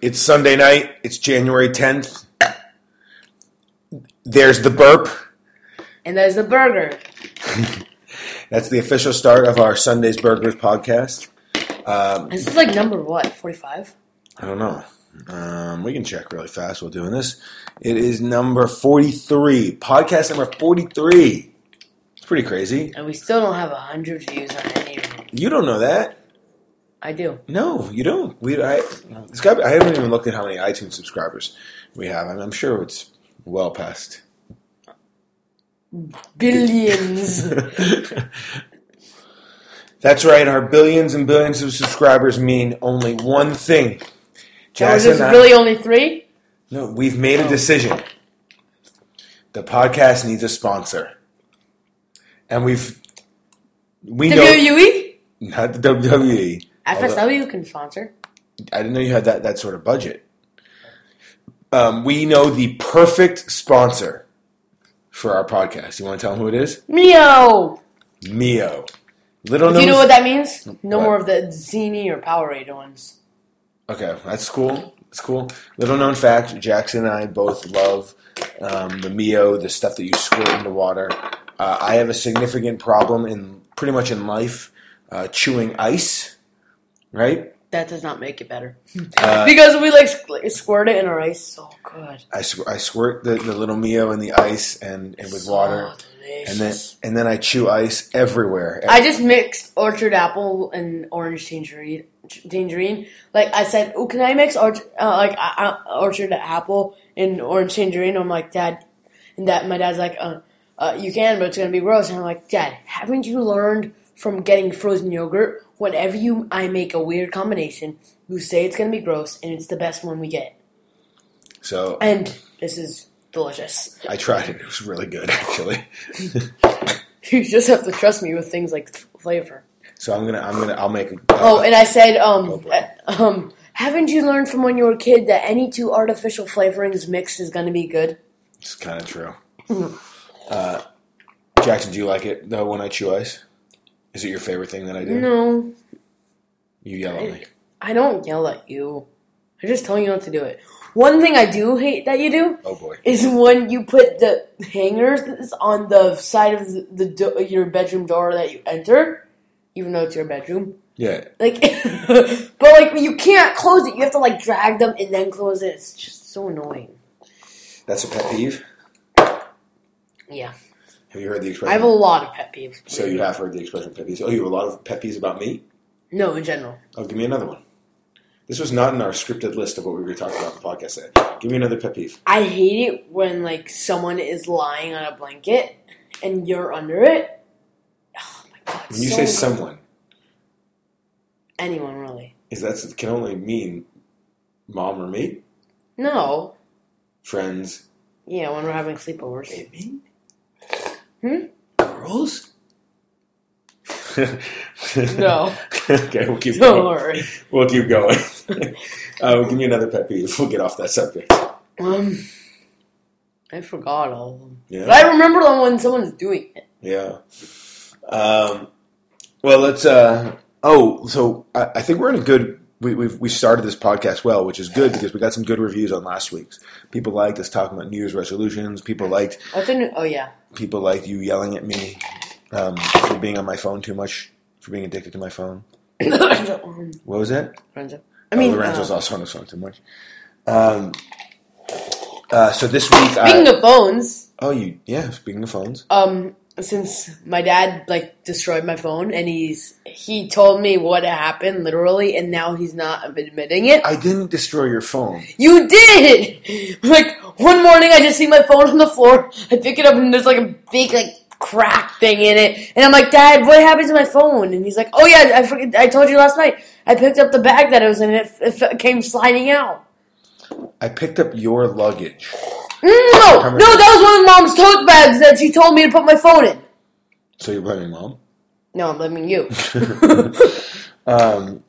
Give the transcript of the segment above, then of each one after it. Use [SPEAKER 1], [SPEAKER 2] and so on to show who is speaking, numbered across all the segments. [SPEAKER 1] It's Sunday night. It's January 10th. There's the burp.
[SPEAKER 2] And there's the burger.
[SPEAKER 1] That's the official start of our Sundays Burgers podcast.
[SPEAKER 2] This is like number what? 45?
[SPEAKER 1] I don't know. Um, we can check really fast while doing this. It is number 43. Podcast number 43. It's pretty crazy.
[SPEAKER 2] And we still don't have 100 views on any of them.
[SPEAKER 1] You don't know that.
[SPEAKER 2] I do.
[SPEAKER 1] No, you don't. We I it's got. I haven't even looked at how many iTunes subscribers we have, and I'm sure it's well past.
[SPEAKER 2] Billions.
[SPEAKER 1] That's right. Our billions and billions of subscribers mean only one thing.
[SPEAKER 2] Or is
[SPEAKER 1] Jazz
[SPEAKER 2] this
[SPEAKER 1] and I-
[SPEAKER 2] really only three?
[SPEAKER 1] No, we've made a decision. The podcast needs a sponsor, and we've we know
[SPEAKER 2] WWE?
[SPEAKER 1] not the WWE.
[SPEAKER 2] FSW can sponsor.
[SPEAKER 1] I didn't know you had that that sort of budget. Um, we know the perfect sponsor for our podcast. You want to tell them who it is?
[SPEAKER 2] Mio!
[SPEAKER 1] Mio. Little
[SPEAKER 2] Do you know
[SPEAKER 1] known-
[SPEAKER 2] what that means? No
[SPEAKER 1] What?
[SPEAKER 2] more of the Zini or Powerade ones.
[SPEAKER 1] Okay, that's cool. That's cool. Little known fact: Jackson and I both love um, the Mio, the stuff that you squirt into water. Uh, I have a significant problem in pretty much in life uh, chewing ice. Right?
[SPEAKER 2] That does not make it better.
[SPEAKER 1] Uh,
[SPEAKER 2] because we like squ- squirt it in our ice so good.
[SPEAKER 1] I, squ- I squirt the, the little Mio in the ice and, and with
[SPEAKER 2] So
[SPEAKER 1] water, and then
[SPEAKER 2] Oh, delicious.
[SPEAKER 1] and then I chew ice everywhere.
[SPEAKER 2] I just mixed orchard apple and orange tangerine. Tangerine, like I said, oh, can I mix orchard, uh, like uh, uh, orchard apple and orange tangerine? I'm like, Dad, and that my dad's like, uh, uh, you can, but it's gonna be gross. And I'm like, Dad, haven't you learned from getting frozen yogurt? Whenever you I make a weird combination, you say it's gonna be gross, and it's the best one we get.
[SPEAKER 1] so
[SPEAKER 2] And this is delicious.
[SPEAKER 1] I tried it. It was really good, actually.
[SPEAKER 2] You just have to trust me with things like flavor.
[SPEAKER 1] So I'm gonna I'm gonna I'll make. A,
[SPEAKER 2] Oh, and I said, um,
[SPEAKER 1] boy.
[SPEAKER 2] uh, um, haven't you learned from when you were a kid that any two artificial flavorings mixed is gonna be good?
[SPEAKER 1] It's kind of true. uh, Jackson, do you like it though when I chew ice? Is it your favorite thing that I do?
[SPEAKER 2] No,
[SPEAKER 1] You yell at me.
[SPEAKER 2] I don't yell at you. I'm just telling you not to do it. One thing I do hate that you do
[SPEAKER 1] Oh boy.
[SPEAKER 2] is when you put the hangers on the side of the, the do- your bedroom door that you enter, even though it's your bedroom.
[SPEAKER 1] Yeah.
[SPEAKER 2] Like, but like you can't close it. You have to like drag them and then close it. It's just so annoying.
[SPEAKER 1] That's a pet peeve.
[SPEAKER 2] Yeah,
[SPEAKER 1] Have you heard the expression?
[SPEAKER 2] I have a lot of pet peeves.
[SPEAKER 1] so you have heard the expression pet peeves. Oh, you have a lot of pet peeves about me?
[SPEAKER 2] No, in general.
[SPEAKER 1] Oh, give me another one. This was not in our scripted list of what we were going to talk about in the podcast today. Give me another pet peeve.
[SPEAKER 2] I hate it when like someone is lying on a blanket and you're under it. Oh my god!
[SPEAKER 1] When you
[SPEAKER 2] so
[SPEAKER 1] say
[SPEAKER 2] good.
[SPEAKER 1] someone,
[SPEAKER 2] anyone really?
[SPEAKER 1] is that can only mean mom or me,
[SPEAKER 2] No.
[SPEAKER 1] friends,
[SPEAKER 2] Yeah, when we're having sleepovers.
[SPEAKER 1] Amy?
[SPEAKER 2] Hmm?
[SPEAKER 1] Girls?
[SPEAKER 2] No,
[SPEAKER 1] okay, we'll keep
[SPEAKER 2] don't
[SPEAKER 1] going.
[SPEAKER 2] worry.
[SPEAKER 1] We'll keep going. uh, give me another pet peeve. We'll get off that subject.
[SPEAKER 2] Um, I forgot all of them,
[SPEAKER 1] Yeah.
[SPEAKER 2] but I remember them when someone's doing it.
[SPEAKER 1] Yeah. Um, well, let's. Uh, oh, so I, I think we're in a good. We, we've we started this podcast well, which is good because we got some good reviews on last week's. People liked us talking about New Year's resolutions. People liked
[SPEAKER 2] What's a new? Oh yeah,
[SPEAKER 1] people liked you yelling at me um, for being on my phone too much, for being addicted to my phone.
[SPEAKER 2] Um,
[SPEAKER 1] What was that?
[SPEAKER 2] Lorenzo. I mean,
[SPEAKER 1] oh, Lorenzo's
[SPEAKER 2] uh,
[SPEAKER 1] also on his phone too much. Um, uh, so this week,
[SPEAKER 2] speaking
[SPEAKER 1] I,
[SPEAKER 2] of phones,
[SPEAKER 1] oh, you yeah. Speaking of phones,
[SPEAKER 2] um since my dad like destroyed my phone and he's he told me what happened literally and now he's not admitting it
[SPEAKER 1] I didn't destroy your phone.
[SPEAKER 2] you did like one morning i just see my phone on the floor i pick it up and there's like a big like crack thing in it and i'm like dad what happened to my phone and he's like oh yeah i forget i told you last night i picked up the bag that it was in and it, it f- came sliding out
[SPEAKER 1] I picked up your luggage.
[SPEAKER 2] no no no, that was one of mom's tote bags that she told me to put my phone in
[SPEAKER 1] So you're blaming mom.
[SPEAKER 2] no i'm blaming you
[SPEAKER 1] Um,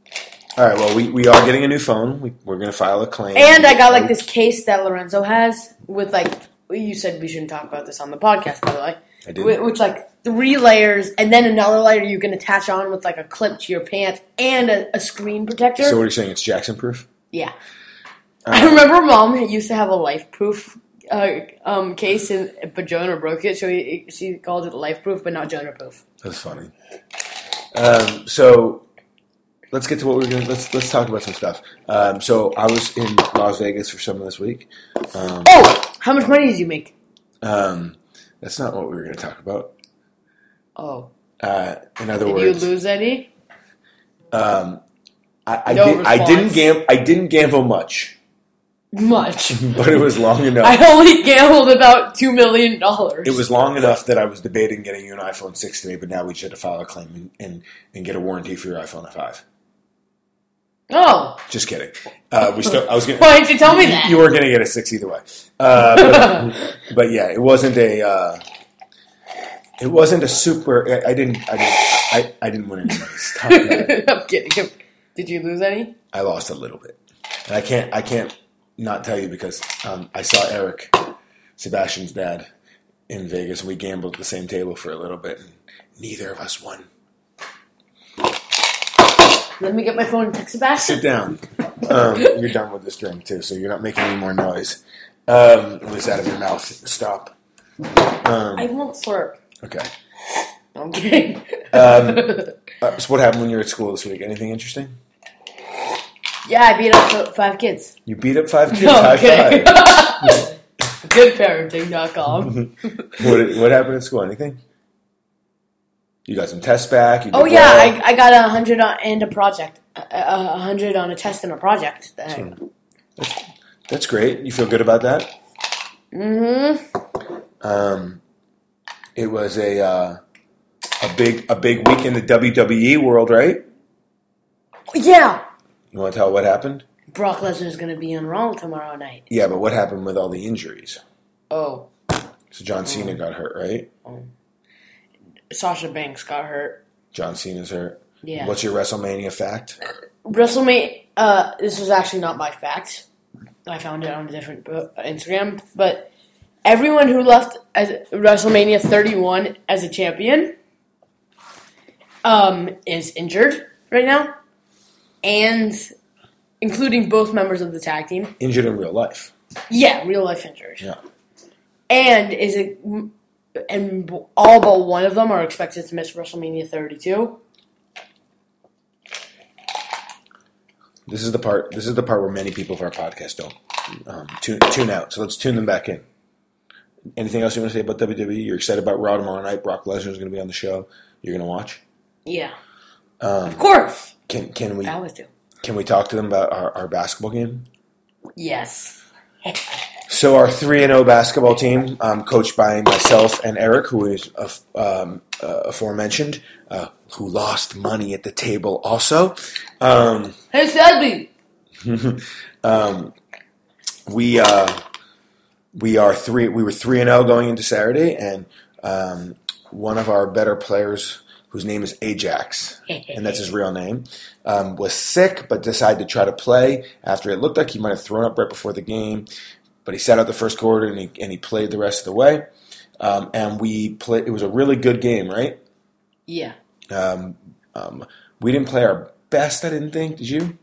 [SPEAKER 1] All right. Well, we, we are getting a new phone. We, we're gonna file a claim.
[SPEAKER 2] And I got like this case that Lorenzo has with like you said we shouldn't talk about this on the podcast by the way.
[SPEAKER 1] I did.
[SPEAKER 2] Whi- Which like three layers and then another layer you can attach on with like a clip to your pants and a, a screen protector.
[SPEAKER 1] So what are you saying? It's Jackson proof.
[SPEAKER 2] yeah.
[SPEAKER 1] Uh,
[SPEAKER 2] I remember mom used to have a life proof uh, um, case, and but Jonah broke it, so he, she called it life proof, but not Jonah proof.
[SPEAKER 1] That's funny. Um, so let's get to what we're going. to Let's let's talk about some stuff. Um, so I was in Las Vegas for summer this week. Um,
[SPEAKER 2] Oh, how much money did you make?
[SPEAKER 1] um, that's not what we were going to talk about.
[SPEAKER 2] Oh,
[SPEAKER 1] Uh, in other
[SPEAKER 2] did
[SPEAKER 1] words,
[SPEAKER 2] you lose any?
[SPEAKER 1] um, I, I,
[SPEAKER 2] No
[SPEAKER 1] did, I didn't
[SPEAKER 2] response.
[SPEAKER 1] gam- I didn't gamble much,
[SPEAKER 2] Much.
[SPEAKER 1] but it was long enough.
[SPEAKER 2] I only gambled about two million dollars.
[SPEAKER 1] It was long enough that I was debating getting you an iPhone 6 today, but now we just had to file a claim and, and, and get a warranty for your iPhone 5.
[SPEAKER 2] Oh,
[SPEAKER 1] Just kidding. Uh, we still, I was gonna,
[SPEAKER 2] why didn't you tell me
[SPEAKER 1] you,
[SPEAKER 2] that?
[SPEAKER 1] you weren't going to get a 6 either way. Uh, but, but yeah, it wasn't a. Uh, it wasn't a super. I, I didn't. I didn't. I, I didn't win any money. Stop it.
[SPEAKER 2] I'm kidding. Did you lose any?
[SPEAKER 1] I lost a little bit, and I can't. I can't not tell you because um, I saw Eric, Sebastian's dad, in Vegas, and we gambled at the same table for a little bit, and neither of us won.
[SPEAKER 2] Let me get my phone and text Sebastian.
[SPEAKER 1] Sit down. Um, you're done with this drink too, so you're not making any more noise. Um, it was out of your mouth. Stop.
[SPEAKER 2] I won't slurp.
[SPEAKER 1] Okay.
[SPEAKER 2] I'm kidding.
[SPEAKER 1] Uh, so what happened when you were at school this week? Anything interesting?
[SPEAKER 2] yeah, I beat up f- five kids.
[SPEAKER 1] You beat up five kids.
[SPEAKER 2] No,
[SPEAKER 1] High
[SPEAKER 2] I'm kidding.
[SPEAKER 1] five.
[SPEAKER 2] Goodparenting.com.
[SPEAKER 1] What, what happened at school? Anything? You got some tests back. You did
[SPEAKER 2] Oh yeah,
[SPEAKER 1] well.
[SPEAKER 2] I, I got a hundred on and a project, a, a a hundred on a test and a project.
[SPEAKER 1] Hmm. That's great. You feel good about that?
[SPEAKER 2] Mm-hmm.
[SPEAKER 1] Um, it was a uh, a big a big week in the WWE world, right?
[SPEAKER 2] Yeah,
[SPEAKER 1] You want to tell what happened?
[SPEAKER 2] Brock Lesnar's gonna be on Raw tomorrow night.
[SPEAKER 1] Yeah, but what happened with all the injuries?
[SPEAKER 2] Oh,
[SPEAKER 1] So John
[SPEAKER 2] Mm.
[SPEAKER 1] Cena got hurt, right?
[SPEAKER 2] Sasha Banks got hurt.
[SPEAKER 1] John Cena's hurt.
[SPEAKER 2] Yeah.
[SPEAKER 1] What's your WrestleMania fact?
[SPEAKER 2] WrestleMania. Uh, this was actually not by fact. I found it on a different bo- Instagram, but everyone who left as WrestleMania 31 as a champion um, is injured right now, and including both members of the tag team.
[SPEAKER 1] Injured in real life.
[SPEAKER 2] Yeah, real life injured,
[SPEAKER 1] Yeah.
[SPEAKER 2] and is it and all but one of them are expected to miss WrestleMania 32.
[SPEAKER 1] This is the part. This is the part where many people of our podcast don't um, tune, tune out. So let's tune them back in. Anything else you want to say about WWE? You're excited about Raw tomorrow night. Brock Lesnar is going to be on the show. You're going to watch.
[SPEAKER 2] Yeah, of course,
[SPEAKER 1] Can can we
[SPEAKER 2] I always do.
[SPEAKER 1] can we talk to them about our, our basketball game?
[SPEAKER 2] Yes.
[SPEAKER 1] So our three and O basketball team, um, coached by myself and Eric, who is af- um, uh, aforementioned, uh, who lost money at the table also. Um,
[SPEAKER 2] Hey, Sadie.
[SPEAKER 1] we uh, we are three. We were three and zero going into Saturday, and um, one of our better players, whose name is Ajax, and that's his real name, um, was sick, but decided to try to play after it looked like he might have thrown up right before the game. But he sat out the first quarter, and he and he played the rest of the way. Um, and we played. It was a really good game, right?
[SPEAKER 2] Yeah.
[SPEAKER 1] Um, um, we didn't play our best. I didn't think. Did you?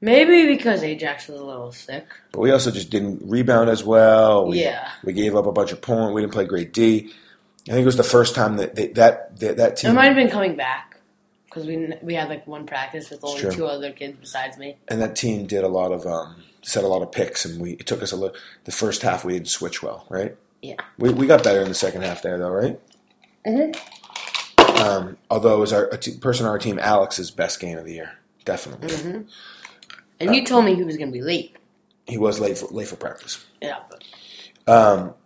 [SPEAKER 2] Maybe because Ajax was a little sick.
[SPEAKER 1] But we also just didn't rebound as well. We,
[SPEAKER 2] Yeah.
[SPEAKER 1] We gave up a bunch of points. We didn't play great D. I think it was the first time that they, that, that that
[SPEAKER 2] It
[SPEAKER 1] team
[SPEAKER 2] might have been coming back because we we had like one practice with only
[SPEAKER 1] true.
[SPEAKER 2] two other kids besides me.
[SPEAKER 1] and that team did a lot of um, set a lot of picks, and we it took us a little. The first half we didn't switch well, right?
[SPEAKER 2] Yeah.
[SPEAKER 1] We, we got better in the second half there, though, right? Mm-hmm. Um, although it was our a t- person on our team, Alex's best game of the year, definitely.
[SPEAKER 2] Mm-hmm. And you told me he was gonna be late.
[SPEAKER 1] He was late for, late for practice. Um,
[SPEAKER 2] Yeah. But,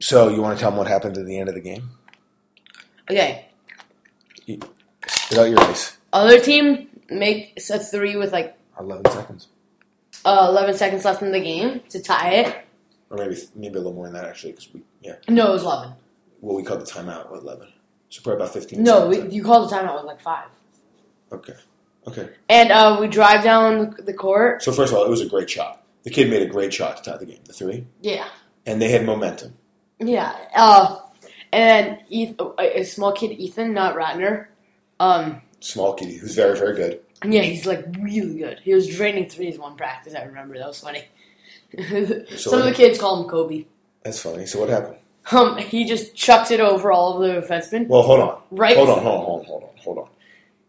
[SPEAKER 1] So you want to tell him what happened at the end of the game?
[SPEAKER 2] okay.
[SPEAKER 1] Spit out your ice.
[SPEAKER 2] Other team makes a three with like
[SPEAKER 1] Eleven seconds,
[SPEAKER 2] uh, eleven seconds left in the game to tie it.
[SPEAKER 1] or maybe maybe a little more than that actually, because we yeah.
[SPEAKER 2] No, it was eleven.
[SPEAKER 1] Well, we called the timeout at 11. So probably about 15
[SPEAKER 2] No, we,
[SPEAKER 1] seconds.
[SPEAKER 2] you called the timeout with like five.
[SPEAKER 1] Okay. Okay.
[SPEAKER 2] And uh, we drive down the court.
[SPEAKER 1] So first of all, it was a great shot. The kid made a great shot to tie the game, the three.
[SPEAKER 2] Yeah.
[SPEAKER 1] And they had momentum.
[SPEAKER 2] Yeah. Uh, and Eth- a a small kid Ethan, not Ratner. Um,
[SPEAKER 1] Small kid, who's very, very good.
[SPEAKER 2] Yeah, he's like really good. He was draining threes one practice. I remember that was funny. Some of the kids call him Kobe.
[SPEAKER 1] That's funny. So what happened?
[SPEAKER 2] Um, he just chucks it over all of the defensemen.
[SPEAKER 1] Well, hold on.
[SPEAKER 2] Right.
[SPEAKER 1] Hold on, hold on, hold on, hold on, hold on.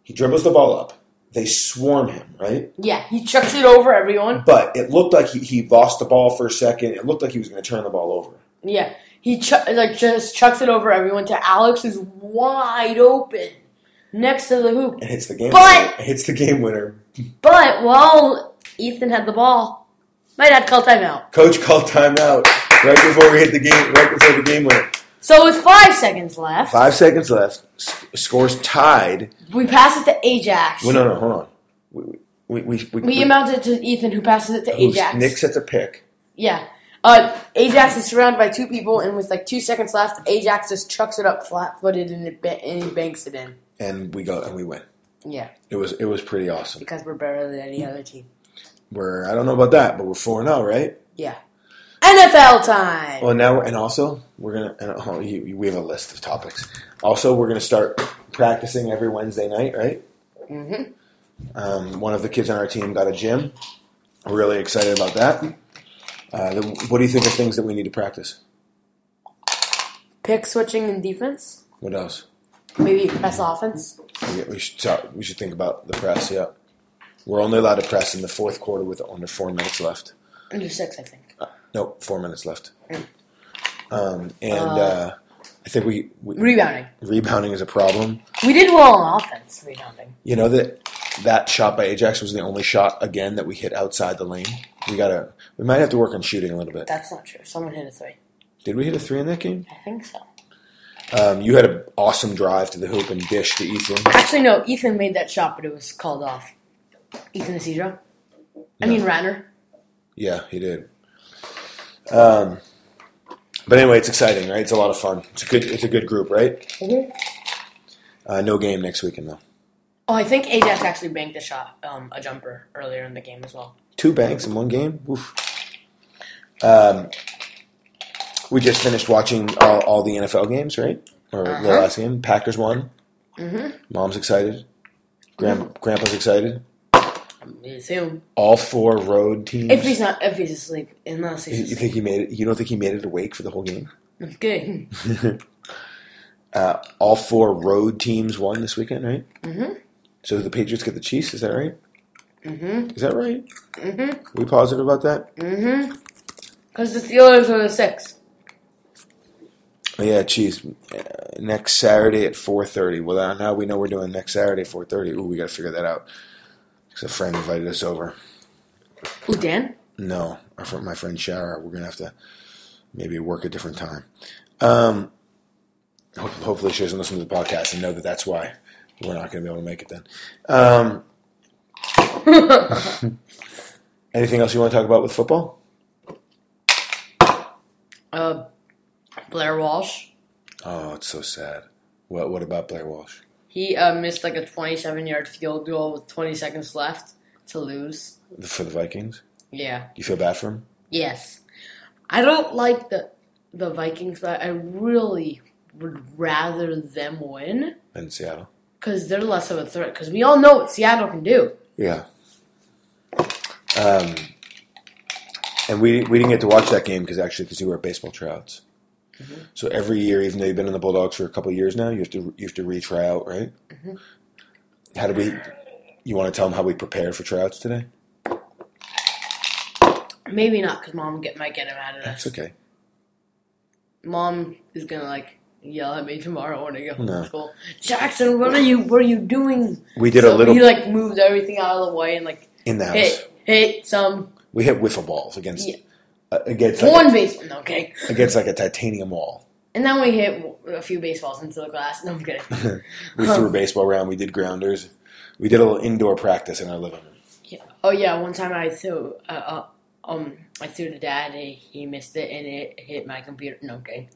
[SPEAKER 1] He dribbles the ball up. They swarm him, right?
[SPEAKER 2] Yeah, he chucks it over everyone.
[SPEAKER 1] But it looked like he, he lost the ball for a second. It looked like he was going to turn the ball over.
[SPEAKER 2] Yeah, he chu- like just chucks it over everyone to Alex, who's wide open next to the hoop.
[SPEAKER 1] And hits the game
[SPEAKER 2] But-
[SPEAKER 1] winner. It hits the game winner.
[SPEAKER 2] But while Ethan had the ball, my dad called timeout.
[SPEAKER 1] Coach called timeout right before we hit the game, right before the game winner.
[SPEAKER 2] So with five seconds left,
[SPEAKER 1] Five seconds left. S- scores tied.
[SPEAKER 2] we pass it to Ajax.
[SPEAKER 1] Well, no, no, hold on. We, we, we, we,
[SPEAKER 2] We amount it to Ethan, who passes it to
[SPEAKER 1] who's-
[SPEAKER 2] Ajax.
[SPEAKER 1] Nick sets a pick.
[SPEAKER 2] Yeah. Uh, Ajax is surrounded by two people, and with like two seconds left, Ajax just chucks it up flat footed and, it ba- and he banks it in.
[SPEAKER 1] And we go and we win.
[SPEAKER 2] Yeah,
[SPEAKER 1] It was it was pretty awesome.
[SPEAKER 2] because we're better than any other team.
[SPEAKER 1] We're I don't know about that, but we're four zero, right?
[SPEAKER 2] Yeah. NFL time!
[SPEAKER 1] Well, now and also we're gonna and oh, you, you- we have a list of topics. Also, we're gonna start practicing every Wednesday night, right?
[SPEAKER 2] Mhm.
[SPEAKER 1] Um, one of the kids on our team got a gym. We're really excited about that. Uh, then what do you think of things that we need to practice?
[SPEAKER 2] Pick switching and defense.
[SPEAKER 1] What else?
[SPEAKER 2] Maybe press offense.
[SPEAKER 1] We, we should talk, we should think about the press. Yeah, we're only allowed to press in the fourth quarter with under four minutes left.
[SPEAKER 2] Under six, I think.
[SPEAKER 1] Nope, four minutes left.
[SPEAKER 2] Mm.
[SPEAKER 1] Um, and uh,
[SPEAKER 2] Uh,
[SPEAKER 1] I think we, we
[SPEAKER 2] Rebounding.
[SPEAKER 1] rebounding is a problem.
[SPEAKER 2] We did well on offense, rebounding.
[SPEAKER 1] You know that that shot by Ajax was the only shot again that we hit outside the lane. We gotta. We might have to work on shooting a little bit.
[SPEAKER 2] That's not true. Someone hit a three.
[SPEAKER 1] Did we hit a three in that game?
[SPEAKER 2] I think so.
[SPEAKER 1] Um, you had an awesome drive to the hoop and dish to Ethan.
[SPEAKER 2] Actually, no. Ethan made that shot, but it was called off. Ethan Isidro. I mean, Ratner.
[SPEAKER 1] Yeah, he did. Um, but anyway, it's exciting, right? It's a lot of fun. It's a good. It's a good group, right? Uh, no game next weekend though.
[SPEAKER 2] Oh, I think Ajax actually banked a shot, um, a jumper earlier in the game as well.
[SPEAKER 1] two banks in one game. Oof. Um, we just finished watching all, all the NFL games, right? Or the
[SPEAKER 2] Uh-huh.
[SPEAKER 1] last game, Packers won.
[SPEAKER 2] Mhm.
[SPEAKER 1] Mom's excited. Grand, Grandpa's excited.
[SPEAKER 2] We assume
[SPEAKER 1] All four road teams.
[SPEAKER 2] if he's not, if he's asleep, unless
[SPEAKER 1] you,
[SPEAKER 2] he's
[SPEAKER 1] you
[SPEAKER 2] asleep.
[SPEAKER 1] think he made it? You don't think he made it awake for the whole game?
[SPEAKER 2] Good.
[SPEAKER 1] Uh, all four road teams won this weekend, right?
[SPEAKER 2] Mhm.
[SPEAKER 1] So the Patriots get the Chiefs. Is that right?
[SPEAKER 2] Mhm.
[SPEAKER 1] Is that right?
[SPEAKER 2] Mhm.
[SPEAKER 1] We positive about that?
[SPEAKER 2] Mhm. Because the Steelers are the six.
[SPEAKER 1] Oh, Yeah, geez. Uh, Next Saturday at four thirty. Well, now- now we know we're doing next Saturday at four thirty. Ooh, we got to figure that out. Because a friend invited us over.
[SPEAKER 2] Who Dan?
[SPEAKER 1] No, our friend, my friend Shara. We're gonna have to maybe work a different time. Um, hope, hopefully, she doesn't listen to the podcast and know that that's why we're not gonna be able to make it then. Um, anything else you want to talk about with football?
[SPEAKER 2] Uh, Blair Walsh.
[SPEAKER 1] Oh, it's so sad. What What about Blair Walsh?
[SPEAKER 2] He uh, missed like a 27 yard field goal with 20 seconds left to lose.
[SPEAKER 1] For the Vikings,
[SPEAKER 2] Yeah.
[SPEAKER 1] you feel bad for him?
[SPEAKER 2] Yes. I don't like the the Vikings, but I really would rather them win
[SPEAKER 1] In Seattle.
[SPEAKER 2] because they're less of a threat. Because we all know what Seattle can do.
[SPEAKER 1] Yeah. Um, and we we didn't get to watch that game because actually because you were at baseball tryouts.
[SPEAKER 2] Mm-hmm.
[SPEAKER 1] So every year, even though you've been in the Bulldogs for a couple of years now, you have to you have to retry out, right?
[SPEAKER 2] Mm-hmm.
[SPEAKER 1] How did we? You want to tell them how we prepared for tryouts today?
[SPEAKER 2] Maybe not because mom get might get him out of
[SPEAKER 1] That's
[SPEAKER 2] this.
[SPEAKER 1] okay.
[SPEAKER 2] Mom is gonna like yell at me tomorrow when I go home
[SPEAKER 1] No.
[SPEAKER 2] from school. Jackson, what are you? What are you doing?
[SPEAKER 1] We did
[SPEAKER 2] so
[SPEAKER 1] a little
[SPEAKER 2] He like moved everything out of the way and like
[SPEAKER 1] in the house.
[SPEAKER 2] hit hit some
[SPEAKER 1] We hit wiffle balls against
[SPEAKER 2] Yeah.
[SPEAKER 1] uh, against like,
[SPEAKER 2] one baseball. No, okay.
[SPEAKER 1] a- against like a titanium wall.
[SPEAKER 2] And then we hit w- a few baseballs into the glass. No, I'm kidding.
[SPEAKER 1] We
[SPEAKER 2] Huh.
[SPEAKER 1] threw a baseball around. We did grounders. We did a little indoor practice in our living room.
[SPEAKER 2] Oh yeah, one time I threw uh, uh, um I threw to dad and he missed it and it hit my computer. No, okay,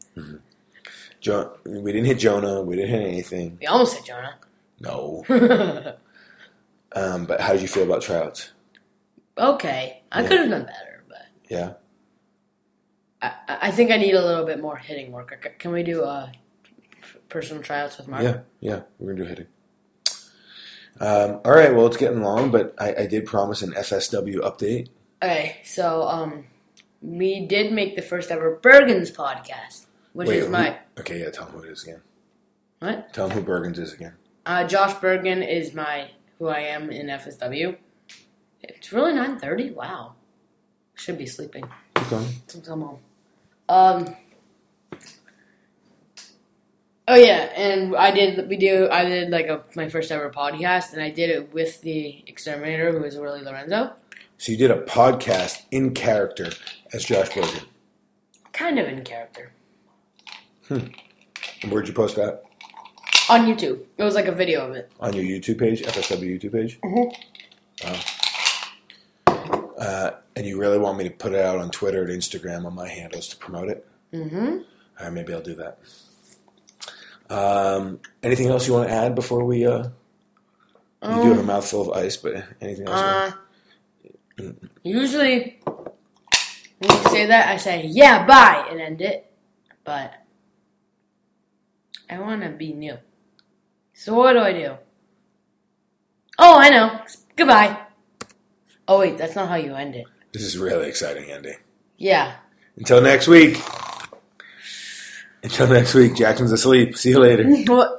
[SPEAKER 1] Jo- we didn't hit Jonah. We didn't hit anything.
[SPEAKER 2] we almost hit Jonah.
[SPEAKER 1] No. Um, but how did you feel about tryouts?
[SPEAKER 2] okay, I
[SPEAKER 1] Yeah.
[SPEAKER 2] could have done better, but
[SPEAKER 1] Yeah.
[SPEAKER 2] I, I I think I need a little bit more hitting work. C- Can we do uh personal tryouts with Mark?
[SPEAKER 1] Yeah. Yeah. We're going to do hitting. Um, all right, well, it's getting long, but I, I did promise an FSW update.
[SPEAKER 2] Okay, so um, we did make the first ever Bergens podcast, which
[SPEAKER 1] Wait,
[SPEAKER 2] is
[SPEAKER 1] who-
[SPEAKER 2] my
[SPEAKER 1] okay, yeah, tell them who it is again.
[SPEAKER 2] what?
[SPEAKER 1] Tell them who Bergens is again.
[SPEAKER 2] Uh, Josh Bergen is my who I am in FSW. It's really nine thirty. Wow, should be sleeping.
[SPEAKER 1] Keep going.
[SPEAKER 2] Sometime on. Um. Oh yeah, and I did. We do. I did like a my first ever podcast, and I did it with the exterminator, who is Willie Lorenzo.
[SPEAKER 1] So you did a podcast in character as Josh Bergen.
[SPEAKER 2] Kind of in character
[SPEAKER 1] And where'd you post that?
[SPEAKER 2] on YouTube. It was like a video of it.
[SPEAKER 1] On your YouTube page, FSW YouTube page?
[SPEAKER 2] Mm-hmm.
[SPEAKER 1] Wow. Uh, and you really want me to put it out on Twitter and Instagram on my handles to promote it?
[SPEAKER 2] Mm-hmm.
[SPEAKER 1] All right, maybe I'll do that. Um, anything else you want to add before we? Uh, you do have a mouthful of ice, but anything else? you want-
[SPEAKER 2] Um, Uh, usually, when you say that, I say, yeah, bye, and end it. But I want to be new. So what do I do? Oh, I know. Goodbye. Oh, wait, that's not how you end it.
[SPEAKER 1] This is really exciting, Andy.
[SPEAKER 2] Yeah.
[SPEAKER 1] Until next week. Until next week, Jackson's asleep. See you later.
[SPEAKER 2] What?